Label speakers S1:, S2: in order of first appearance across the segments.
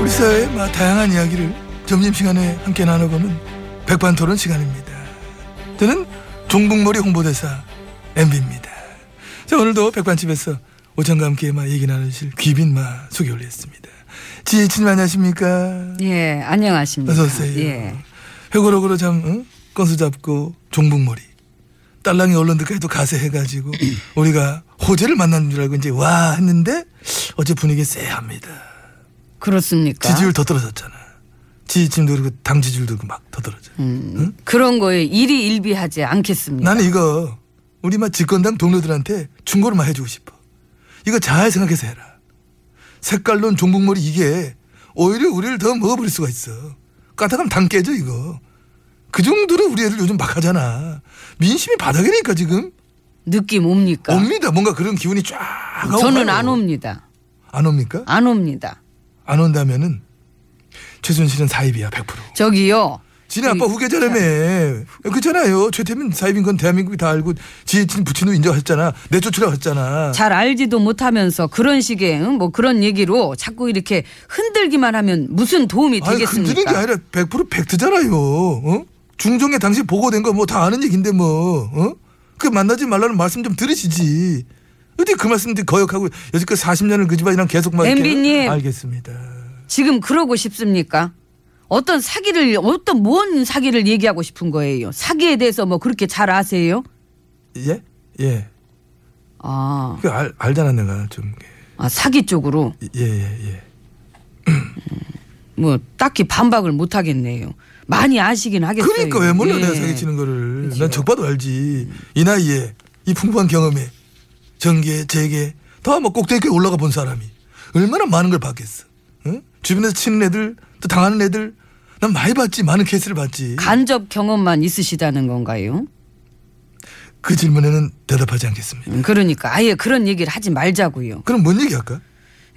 S1: 우리 사회의 마- 다양한 이야기를 점심시간에 함께 나눠보는 백반토론 시간입니다. 저는 종북머리 홍보대사 MB입니다. 자, 오늘도 백반집에서 오천과 함께 마 얘기 나누실 귀빈 마 소개 올렸습니다. 지혜진님 안녕하십니까?
S2: 예, 안녕하십니까.
S1: 어서 오세요.
S2: 예.
S1: 회고록으로 참 응? 건수 잡고 종북머리 딸랑이 언론들까지도 가세해가지고 우리가 호재를 만난 줄 알고 이제 와 했는데 어제 분위기 쎄합니다.
S2: 그렇습니까?
S1: 지지율 더 떨어졌잖아. 지지층도 그리고 당 지지율도 막 더 떨어져.
S2: 음. 그런 거에 일이 일비하지 않겠습니까?
S1: 나는 이거 우리 막 집권당 동료들한테 충고를 막 해주고 싶어. 이거 잘 생각해서 해라. 색깔론 종북머리 이게 오히려 우리를 더 먹어버릴 수가 있어. 까딱하면 당 깨져 이거. 그 정도로 우리 애들 요즘 막 하잖아. 민심이 바닥이니까 지금
S2: 느낌 옵니까?
S1: 옵니다. 뭔가 그런 기운이 쫙. 하고
S2: 그러니까. 저는
S1: 가요.
S2: 안 옵니다.
S1: 안 옵니까?
S2: 안 옵니다.
S1: 안 온다면은 최순실은 사입이야 100%.
S2: 저기요.
S1: 진해 아빠
S2: 저기-
S1: 후계자라며. 그잖아요. 최태민 사입인 건 대한민국이 다 알고 지혜진 부친도 인정했잖아. 내쫓으라고 했잖아.
S2: 잘 알지도 못하면서 그런 식의 응? 뭐 그런 얘기로 자꾸 이렇게 흔들기만 하면 무슨 도움이
S1: 아니,
S2: 되겠습니까?
S1: 흔드는 게 아니라 100% 팩트잖아요. 어? 중정에 당시 보고된 거 뭐 다 아는 얘기인데 뭐. 어? 그 만나지 말라는 말씀 좀 들으시지. 어디 그 말씀 들 거역하고 여지껏 40년을 그 집안이랑 계속 막 이렇게-
S2: MB님.
S1: 알겠습니다.
S2: 지금 그러고 싶습니까? 어떤 사기를 어떤 뭔 사기를 얘기하고 싶은 거예요? 사기에 대해서 뭐 그렇게 잘 아세요?
S1: 예? 예.
S2: 아,
S1: 그 알, 알잖아 내가 좀.
S2: 아 사기 쪽으로
S1: 예, 예, 예.
S2: 뭐 딱히 반박을 못 하겠네요. 많이 아시긴 하겠어요.
S1: 그러니까 왜 몰라
S2: 예. 그렇죠.
S1: 내가 사기치는 거를
S2: 그죠.
S1: 난 적봐도 알지 이 나이에 이 풍부한 경험에 전개 재개 다 뭐 꼭대기에 올라가 본 사람이 얼마나 많은 걸 봤겠어 응? 주변에서 치는 애들 또 당하는 애들 난 많이 봤지 많은 케이스를 봤지
S2: 간접 경험만 있으시다는 건가요?
S1: 그 질문에는 대답하지 않겠습니다
S2: 음, 그러니까 아예 그런 얘기를 하지 말자고요.
S1: 그럼 뭔 얘기할까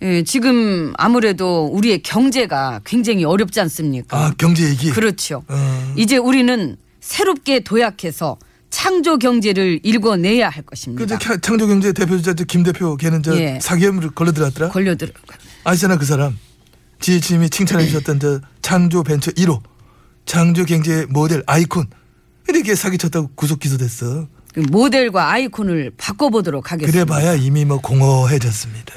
S2: 예, 지금 아무래도 우리의 경제가 굉장히 어렵지 않습니까?
S1: 아 경제 얘기
S2: 음. 그렇죠.
S1: 어.
S2: 이제 우리는 새롭게 도약해서 창조 경제를 일궈내야 할
S1: 그
S2: 것입니다.
S1: 저 창조경제 대표주자 저 김 대표 걔는 저
S2: 예.
S1: 사기 혐의로 걸려들었더라
S2: 걸려들어.
S1: 아시잖아 그 사람 지혜님이 칭찬해 주셨던 저 창조 벤처 1호 창조 경제 모델 아이콘 이렇게 사기쳤다고 구속 기소됐어
S2: 그 모델과 아이콘을 바꿔보도록 하겠습니다.
S1: 그래봐야 이미 뭐 공허해졌습니다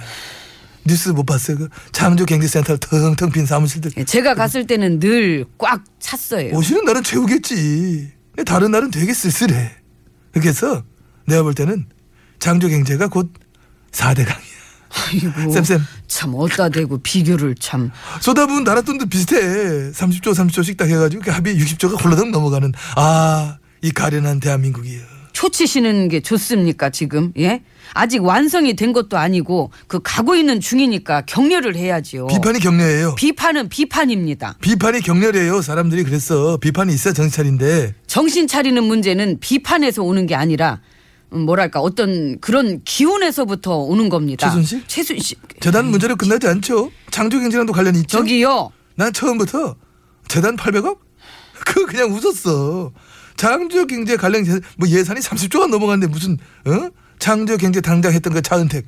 S1: 뉴스 못 봤어요 그 창조 경제 센터 텅텅 빈 사무실들
S2: 예, 제가 갔을 때는 늘 꽉 찼어요.
S1: 오시는 날은 채우겠지 근데 다른 날은 되게 쓸쓸해 그래서 내가 볼 때는 창조 경제가 곧 4대 강이야
S2: 아이고.
S1: 쌤쌤.
S2: 참 어디다 대고 비교를 참.
S1: 쏟아부은 나라 돈도 비슷해. 30조 30조씩 딱 해가지고 그 합의 60조가 홀라당 넘어가는 아 이 가련한 대한민국이요.
S2: 초치시는 게 좋습니까 지금 예 아직 완성이 된 것도 아니고 그 가고 있는 중이니까 격려를 해야지요
S1: 비판이 격려예요.
S2: 어. 비판은 비판입니다
S1: 비판이 격렬해요. 사람들이 그랬어. 비판이 있어야 정찰인데
S2: 정신 차리는 문제는 비판에서 오는 게 아니라 음, 뭐랄까 어떤 그런 기운에서부터 오는 겁니다
S1: 최순실?
S2: 최순실
S1: 재단 문제로 끝나지 않죠. 창조경제랑도 관련이 있죠.
S2: 음. 저기요
S1: 난 처음부터 재단 800억? 그거 그냥 웃었어. 창조경제 관련 재- 뭐 예산이 30조가 넘어갔는데 무슨 어? 창조경제 당장 했던 그 차은택.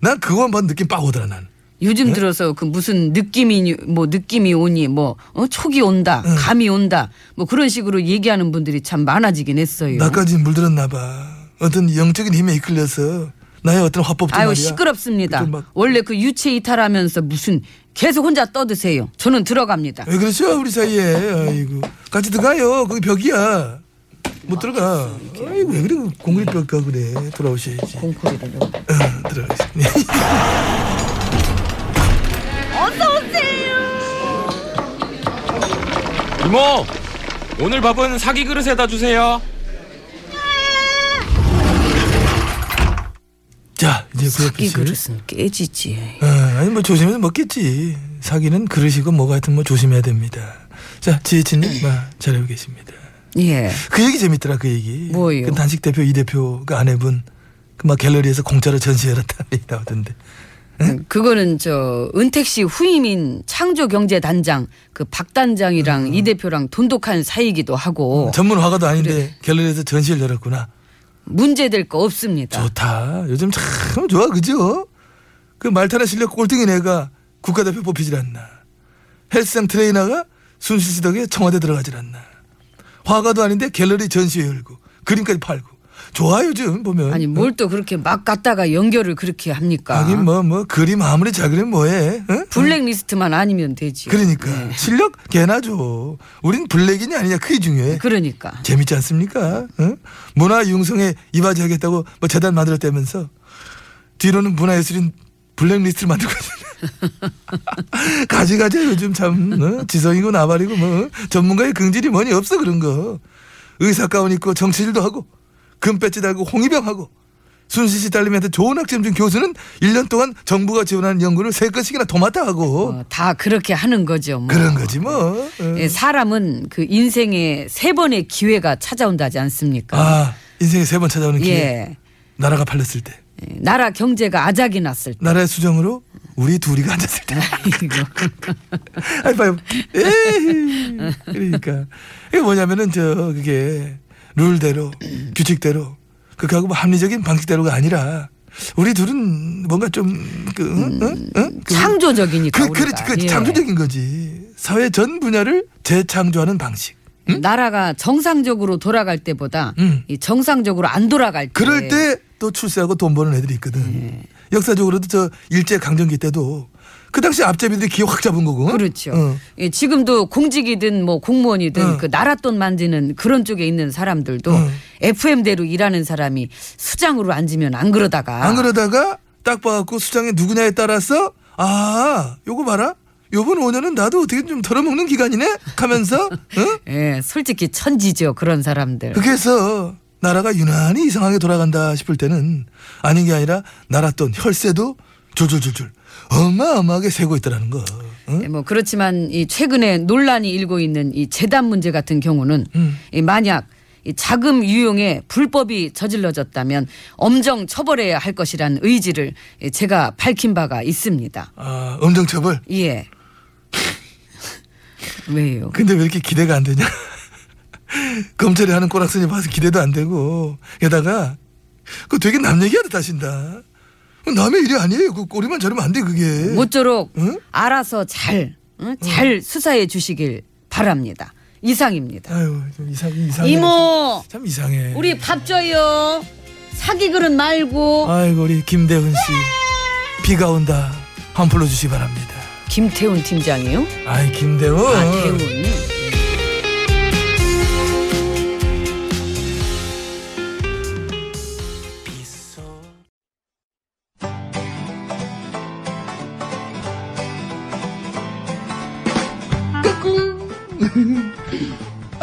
S1: 난 그거만 본 느낌 빡 오더라 난.
S2: 요즘
S1: 네?
S2: 들어서 그 무슨 느낌이 뭐 느낌이 오니 뭐 어? 촉이 온다
S1: 네.
S2: 감이 온다 뭐 그런 식으로 얘기하는 분들이 참 많아지긴 했어요
S1: 나까지 그 물들었나 봐. 어떤 영적인 힘에 이끌려서 나의 어떤 화법도
S2: 아유
S1: 말이야.
S2: 시끄럽습니다.
S1: 좀 막-
S2: 원래 그 유체 이탈하면서 무슨 계속 혼자 떠드세요. 저는 들어갑니다.
S1: 왜 그렇죠 우리 사이에 아이고 같이 들어가요 거기 벽이야 못 들어가 아이고 왜 그래 공립벽 가 그래 돌아오셔야지
S2: 공코리를 여기.
S1: 어, 들어가겠습니다
S3: 이모 오늘 밥은 사기 그릇에다 주세요
S1: 자 이제 그
S2: 사기
S1: 옆에 있을-
S2: 그릇은 깨지지.
S1: 어, 아니 뭐 조심해서 먹겠지 사기는 그릇이고 뭐가 하여튼 뭐 조심해야 됩니다 자 지혜진님 아, 잘하고 계십니다
S2: 예.
S1: 그 얘기 재밌더라 그 얘기
S2: 뭐예요?
S1: 그 단식 대표 이 대표 그 아내분 그 막 갤러리에서 공짜로 전시해놨다는 얘기 나오던데
S2: 그거는 저 은택 씨 후임인 창조경제단장 그 박
S1: 아.
S2: 단장이랑 이 대표랑 돈독한 사이기도 하고
S1: 전문 화가도 아닌데 갤러리에서 전시를 열었구나
S2: 문제될 거 없습니다.
S1: 좋다. 요즘 참 좋아, 그죠? 그 말타나 실력 꼴등인 애가 국가대표 뽑히질 않나. 헬스장 트레이너가 순실 씨 덕에 청와대 들어가질 않나. 화가도 아닌데 갤러리 전시회 열고 그림까지 팔고. 좋아 요즘 보면.
S2: 아니 뭐. 뭘 또 그렇게 막 갔다가 연결을 그렇게 합니까?
S1: 하긴 뭐 뭐 그림 아무리 작으면 뭐해. 응?
S2: 블랙리스트만 네. 아니면 되지.
S1: 그러니까 실력 개나 줘. 우린 블랙이냐 아니냐 그게 중요해.
S2: 그러니까.
S1: 재밌지 않습니까? 응? 문화 융성에 이바지하겠다고 뭐 재단 만들었다면서 뒤로는 문화예술인 블랙리스트를 만들고 있는데 가지가지 요즘 참 어? 지성이고 나발이고 뭐 어? 전문가의 긍질이 뭐니 없어 그런 거 의사 가운 입고 정치질도 하고 금 배지 달고 홍위병하고 순실 씨 딸님한테 좋은 학점 준 교수는 1년 동안 정부가 지원하는 연구를 세 건씩이나 도맡아 하고
S2: 어, 다 그렇게 하는 거죠. 뭐.
S1: 그런 거지 뭐 어.
S2: 예, 사람은 그 인생에 세 번의 기회가 찾아온다지 않습니까?
S1: 아 인생에 세 번 찾아오는 기회
S2: 예.
S1: 나라가 팔렸을 때
S2: 예, 나라 경제가 아작이 났을 때.
S1: 나라의 수정으로 우리 둘이가 앉았을 때. 그 아이 봐요. 에이. 그러니까 이게 뭐냐면은 저 그게 룰대로 규칙대로 그하고 뭐 합리적인 방식대로가 아니라 우리 둘은 뭔가 좀그
S2: 음. 창조적이니까
S1: 그,
S2: 우리가.
S1: 그렇지, 그
S2: 예.
S1: 창조적인 거지. 사회 전 분야를 재창조하는 방식.
S2: 나라가 정상적으로 돌아갈 때보다
S1: 음.
S2: 이 정상적으로 안 돌아갈 때
S1: 그럴 때 또 출세하고 돈 버는 애들이 있거든.
S2: 예.
S1: 역사적으로도 저 일제 강점기 때도 그 당시 앞잡이들이 기회 확 잡은 거고. 어. 응?
S2: 그렇죠.
S1: 응.
S2: 예, 지금도 공직이든 뭐 공무원이든
S1: 응.
S2: 그 나랏돈 만지는 그런 쪽에 있는 사람들도
S1: 응.
S2: FM대로 일하는 사람이 수장으로 앉으면 안 그러다가
S1: 안 그러다가 딱 봐갖고 수장이 누구냐에 따라서 아 요거 봐라 요번 5년은 나도 어떻게 좀 덜어먹는 기간이네 하면서 응?
S2: 예, 솔직히 천지죠 그런 사람들.
S1: 그렇게 해서 나라가 유난히 이상하게 돌아간다 싶을 때는 아닌 게 아니라 나랏돈 혈세도 줄줄줄줄 어마어마하게 세고 있더라는 거 응?
S2: 예, 뭐 그렇지만 이 최근에 논란이 일고 있는 이 재단 문제 같은 경우는 이 만약 이 자금 유용에 불법이 저질러졌다면 엄정 처벌해야 할 것이란 의지를 예, 제가 밝힌 바가 있습니다.
S1: 아 엄정처벌
S2: 예. 왜요?
S1: 근데 왜 이렇게 기대가 안 되냐 검찰이 하는 꼬락서니 봐서 기대도 안 되고 게다가 그 되게 남 얘기하듯 하신다 남의 일이 아니에요 그 꼬리만 자르면 안 돼 그게
S2: 뭐 모쪼록
S1: 응?
S2: 알아서 잘, 응? 잘 수사해 주시길 바랍니다. 이상입니다.
S1: 아유 네. 좀 이상 이상해.
S2: 이모,
S1: 참 이상해.
S2: 우리 밥 줘요. 사기 그릇 말고.
S1: 아이고 우리 김대훈 씨 비가 온다 한풀러 주시 기 바랍니다.
S2: 김태훈 팀장이요?
S1: 아이 김대훈.
S2: 아, 태훈.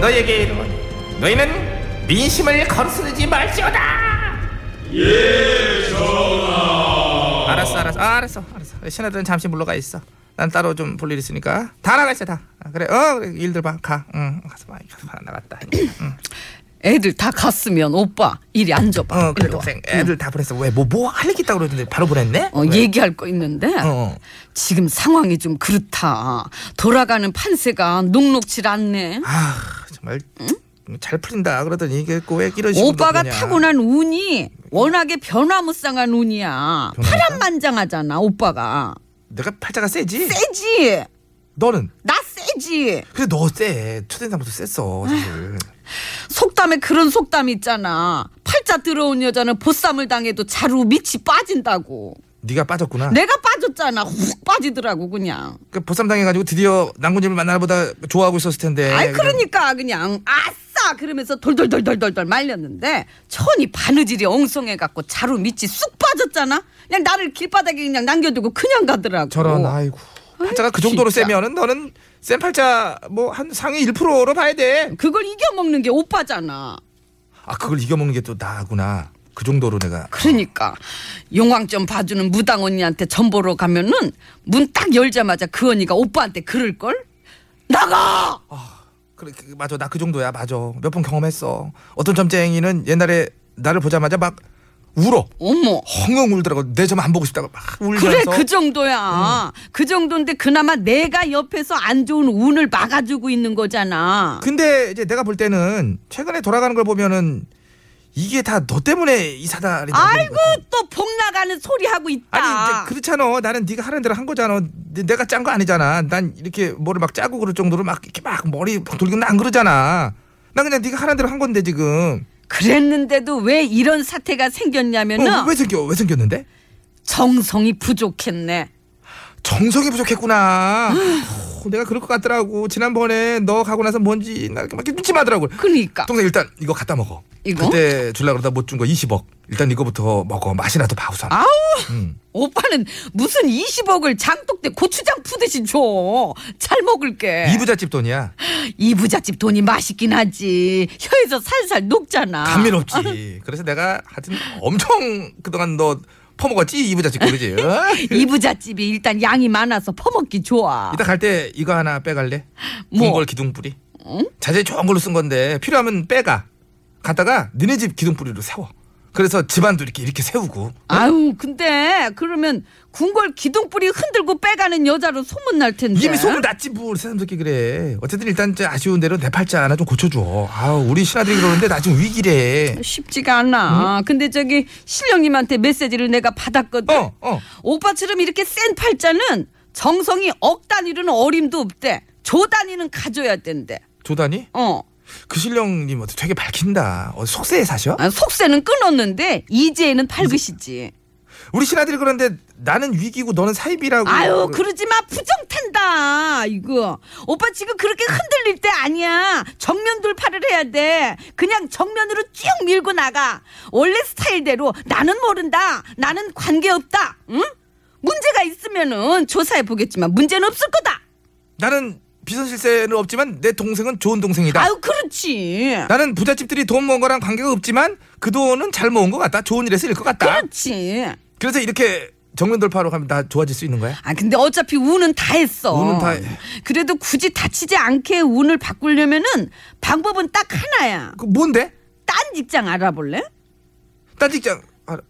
S4: 너에게 이르노니 너희는 민심을 거스르지 말지어다. 예, 전하. 알았어, 알았어, 아, 알았어, 알았어. 신하들은 잠시 물러가 있어. 난 따로 좀 볼 일 있으니까 다 나가 있어 다. 아, 그래, 어, 그래, 일들 봐, 가. 응, 가서 봐, 가서 봐, 나갔다. 응.
S2: 애들 다 갔으면 오빠 이리 앉아봐.
S4: 어, 그래
S2: 일로 와.
S4: 동생, 애들 다 보냈어. 왜, 뭐, 뭐 할 얘기 있다고 그러던데 바로 보냈네.
S2: 어,
S4: 왜?
S2: 얘기할 거 있는데
S4: 어.
S2: 지금 상황이 좀 그렇다. 돌아가는 판세가 녹록질 않네.
S4: 아, 정말 잘 풀린다 그러더니 이게 왜 이런 식으로
S2: 오빠가
S4: 그러냐.
S2: 타고난 운이 워낙에 변화무쌍한 운이야. 파란만장하잖아 오빠가.
S4: 내가 팔자가 세지.
S2: 세지.
S4: 너는
S2: 나 세지.
S4: 그래 너세 초대상부터 셌어 사실.
S2: 속담에 그런 속담 있잖아. 팔자 들어온 여자는 보쌈을 당해도 자루 밑이 빠진다고.
S4: 네가 빠졌구나.
S2: 내가 빠졌잖아. 훅 빠지더라고 그냥.
S4: 그 보쌈 당해가지고 드디어 낭군님을 만나보다 좋아하고 있었을 텐데.
S2: 아이 그러니까 그냥 아싸 그러면서 돌돌돌돌돌돌 말렸는데 천이 바느질이 엉성해 갖고 자루 밑이 쑥 빠졌잖아. 그냥 나를 길바닥에 그냥 남겨두고 그냥 가더라고.
S4: 저런 아이고. 팔자가 그 정도로
S2: 진짜.
S4: 세면은 너는 센 팔자 뭐 한 상위 1%로 봐야 돼.
S2: 그걸 이겨먹는 게 오빠잖아.
S4: 아 그걸 이겨먹는 게 또 나구나. 그 정도로 내가.
S2: 그러니까 용왕점 봐주는 무당 언니한테 점 보러 가면은 문 딱 열자마자 그 언니가 오빠한테 그럴 걸 나가
S4: 그래 그, 맞아 나 그 정도야 맞아 몇 번 경험했어. 어떤 점쟁이는 옛날에 나를 보자마자 막 울어.
S2: 어머
S4: 헝헝 울더라고 내 점 안 보고 싶다고 막 울면서. 음.
S2: 그래 그 정도야 그 정도인데 그나마 내가 옆에서 안 좋은 운을 막아주고 있는 거잖아
S4: 근데 이제 내가 볼 때는 최근에 돌아가는 걸 보면은 이게 다 너 때문에 이 사다리 나오는
S2: 아이고
S4: 거지.
S2: 또 복 나가는 소리 하고 있다
S4: 아니 이제 그렇잖아 나는 네가 하는 대로 한 거잖아 네- 내가 짠 거 아니잖아 난 이렇게 뭐를 막 짜고 그럴 정도로 막 이렇게 막 머리 막 돌리고 난 그러잖아 난 그냥 네가 하는 대로 한 건데 지금
S2: 랬는데도왜 이런 사태가
S4: 그- 어,
S2: 생겼냐면은
S4: 왜 생겨 왜 생겼는데
S2: 정성이 부족했네
S4: 정성이 부족했구나 어, 내가 그럴 것 같더라고 지난번에 너 가고 나서 뭔지 나 이렇게 막 찜찜하더라고
S2: 그러니까
S4: 동생 일단 이거 갖다 먹어
S2: 이거?
S4: 그때 줄라 그러다 못 준 거 20억 일단 이거부터 먹어 맛이라도 봐 우선
S2: 아우
S4: 음.
S2: 오빠는 무슨 20억을 장독 때 고추장 푸듯이 줘. 잘 먹을게.
S4: 이부잣집 돈이야.
S2: 자집 돈이 맛있긴 하지. 혀에서 살살 녹잖아.
S4: 감면 없지. 그래서 내가 하여튼 엄청 그동안 너 퍼먹었지 이부잣집 그러지. 어?
S2: 이부잣집이 일단 양이 많아서 퍼먹기 좋아.
S4: 이따 갈 때 이거 하나 빼갈래?
S2: 뭐?
S4: 궁궐 기둥뿌리. 자재 좋은 걸로 쓴 건데 필요하면 빼가. 갔다가 니네 집 기둥뿌리로 세워. 그래서 집안도 이렇게 이렇게 세우고.
S2: 아유, 근데 그러면 궁궐 기둥뿌리 흔들고 빼가는 여자로 소문날 텐데.
S4: 이미 소문 났지 뭘 사람들끼리 그래. 어쨌든 일단 이제 아쉬운 대로 내 팔자 하나 좀 고쳐줘. 아 우리 신하들이 그러는데 나 지금 위기래.
S2: 쉽지가 않아. 근데 저기 신령님한테 메시지를 내가 받았거든.
S4: 어 어.
S2: 오빠처럼 이렇게 센 팔자는 정성이 억 단위로는 어림도 없대. 조 단위는 가져야 된대.
S4: 조단이
S2: 어.
S4: 그 신령님 어떻게 되게 밝힌다. 어, 속세에 사셔?
S2: 아, 속세는 끊었는데 이제는 팔긋이지.
S4: 우리 신하들이 그런데 나는 위기고 너는 사입이라고.
S2: 아유 그러지 마 부정 탄다 이거. 오빠 지금 그렇게 흔들릴 때 아니야. 정면 돌파를 해야 돼. 그냥 정면으로 쭉 밀고 나가. 원래 스타일대로 나는 모른다. 나는 관계 없다. 응? 문제가 있으면은 조사해 보겠지만 문제는 없을 거다.
S4: 나는 비선실세는 없지만 내 동생은 좋은 동생이다.
S2: 아유 그렇지.
S4: 나는 부잣집들이 돈 모은 거랑 관계가 없지만 그 돈은 잘 모은 것 같다. 좋은 일에 쓰일 것 같다.
S2: 그렇지.
S4: 그래서 이렇게 정면 돌파로 가면 나 좋아질 수 있는 거야?
S2: 아 근데 어차피 운은 다 했어.
S4: 운은 다 해.
S2: 그래도 굳이 다치지 않게 운을 바꾸려면은 방법은 딱 하나야.
S4: 그 뭔데?
S2: 딴 직장 알아볼래?
S4: 딴 직장. 알아.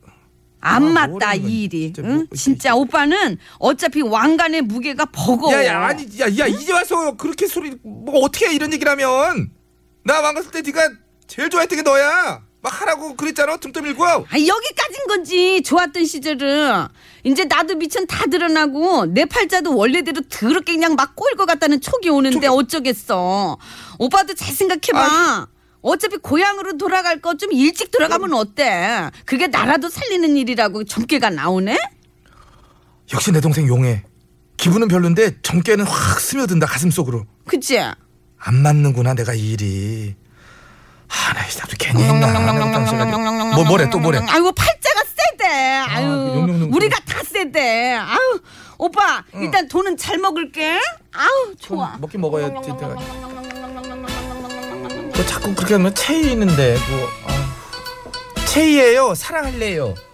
S2: 안
S4: 아,
S2: 맞다
S4: 뭐라는 거야.
S2: 이 일이.
S4: 진짜
S2: 응?
S4: 뭐-
S2: 진짜 오빠는 어차피 왕관의 무게가 버거워.
S4: 야야 아니 야야 이제 와서 그렇게 소리 뭐 어떻게 해, 이런 얘기를 하면 나 망갔을 때 네가 제일 좋아했던 게 너야. 막 하라고 그랬잖아. 등 떠밀고.
S2: 아, 여기까진 건지 좋았던 시절은 이제 나도 미천 다 드러나고 내 팔자도 원래대로 더럽게 그냥 막 꼬일 것 같다는 촉이 오는데 어쩌겠어. 오빠도 잘 생각해봐. 어차피 고향으로 돌아갈 거 좀 일찍 돌아가면 어때? 그게 나라도 살리는 일이라고 점괘가 나오네?
S4: 역시 내 동생 용해. 기분은 별론데 정깨는 확 스며든다 가슴 속으로.
S2: 그치?
S4: 안 맞는구나 내가 이 일이. 아, 하나 나도 괜히 했나. 내가 당신을 가지고. 뭐 뭐래 또 뭐래.
S2: 아이고 팔자가 세대.
S4: 그
S2: 아유
S4: 용용용.
S2: 우리가 다 세대. 아유 오빠 일단 돈은 잘 먹을게. 아우 좋아.
S4: 먹긴 먹어야 지 내가. 뭐 자꾸 그렇게 하면 체이는데 뭐 아휴. 체이예요 사랑할래요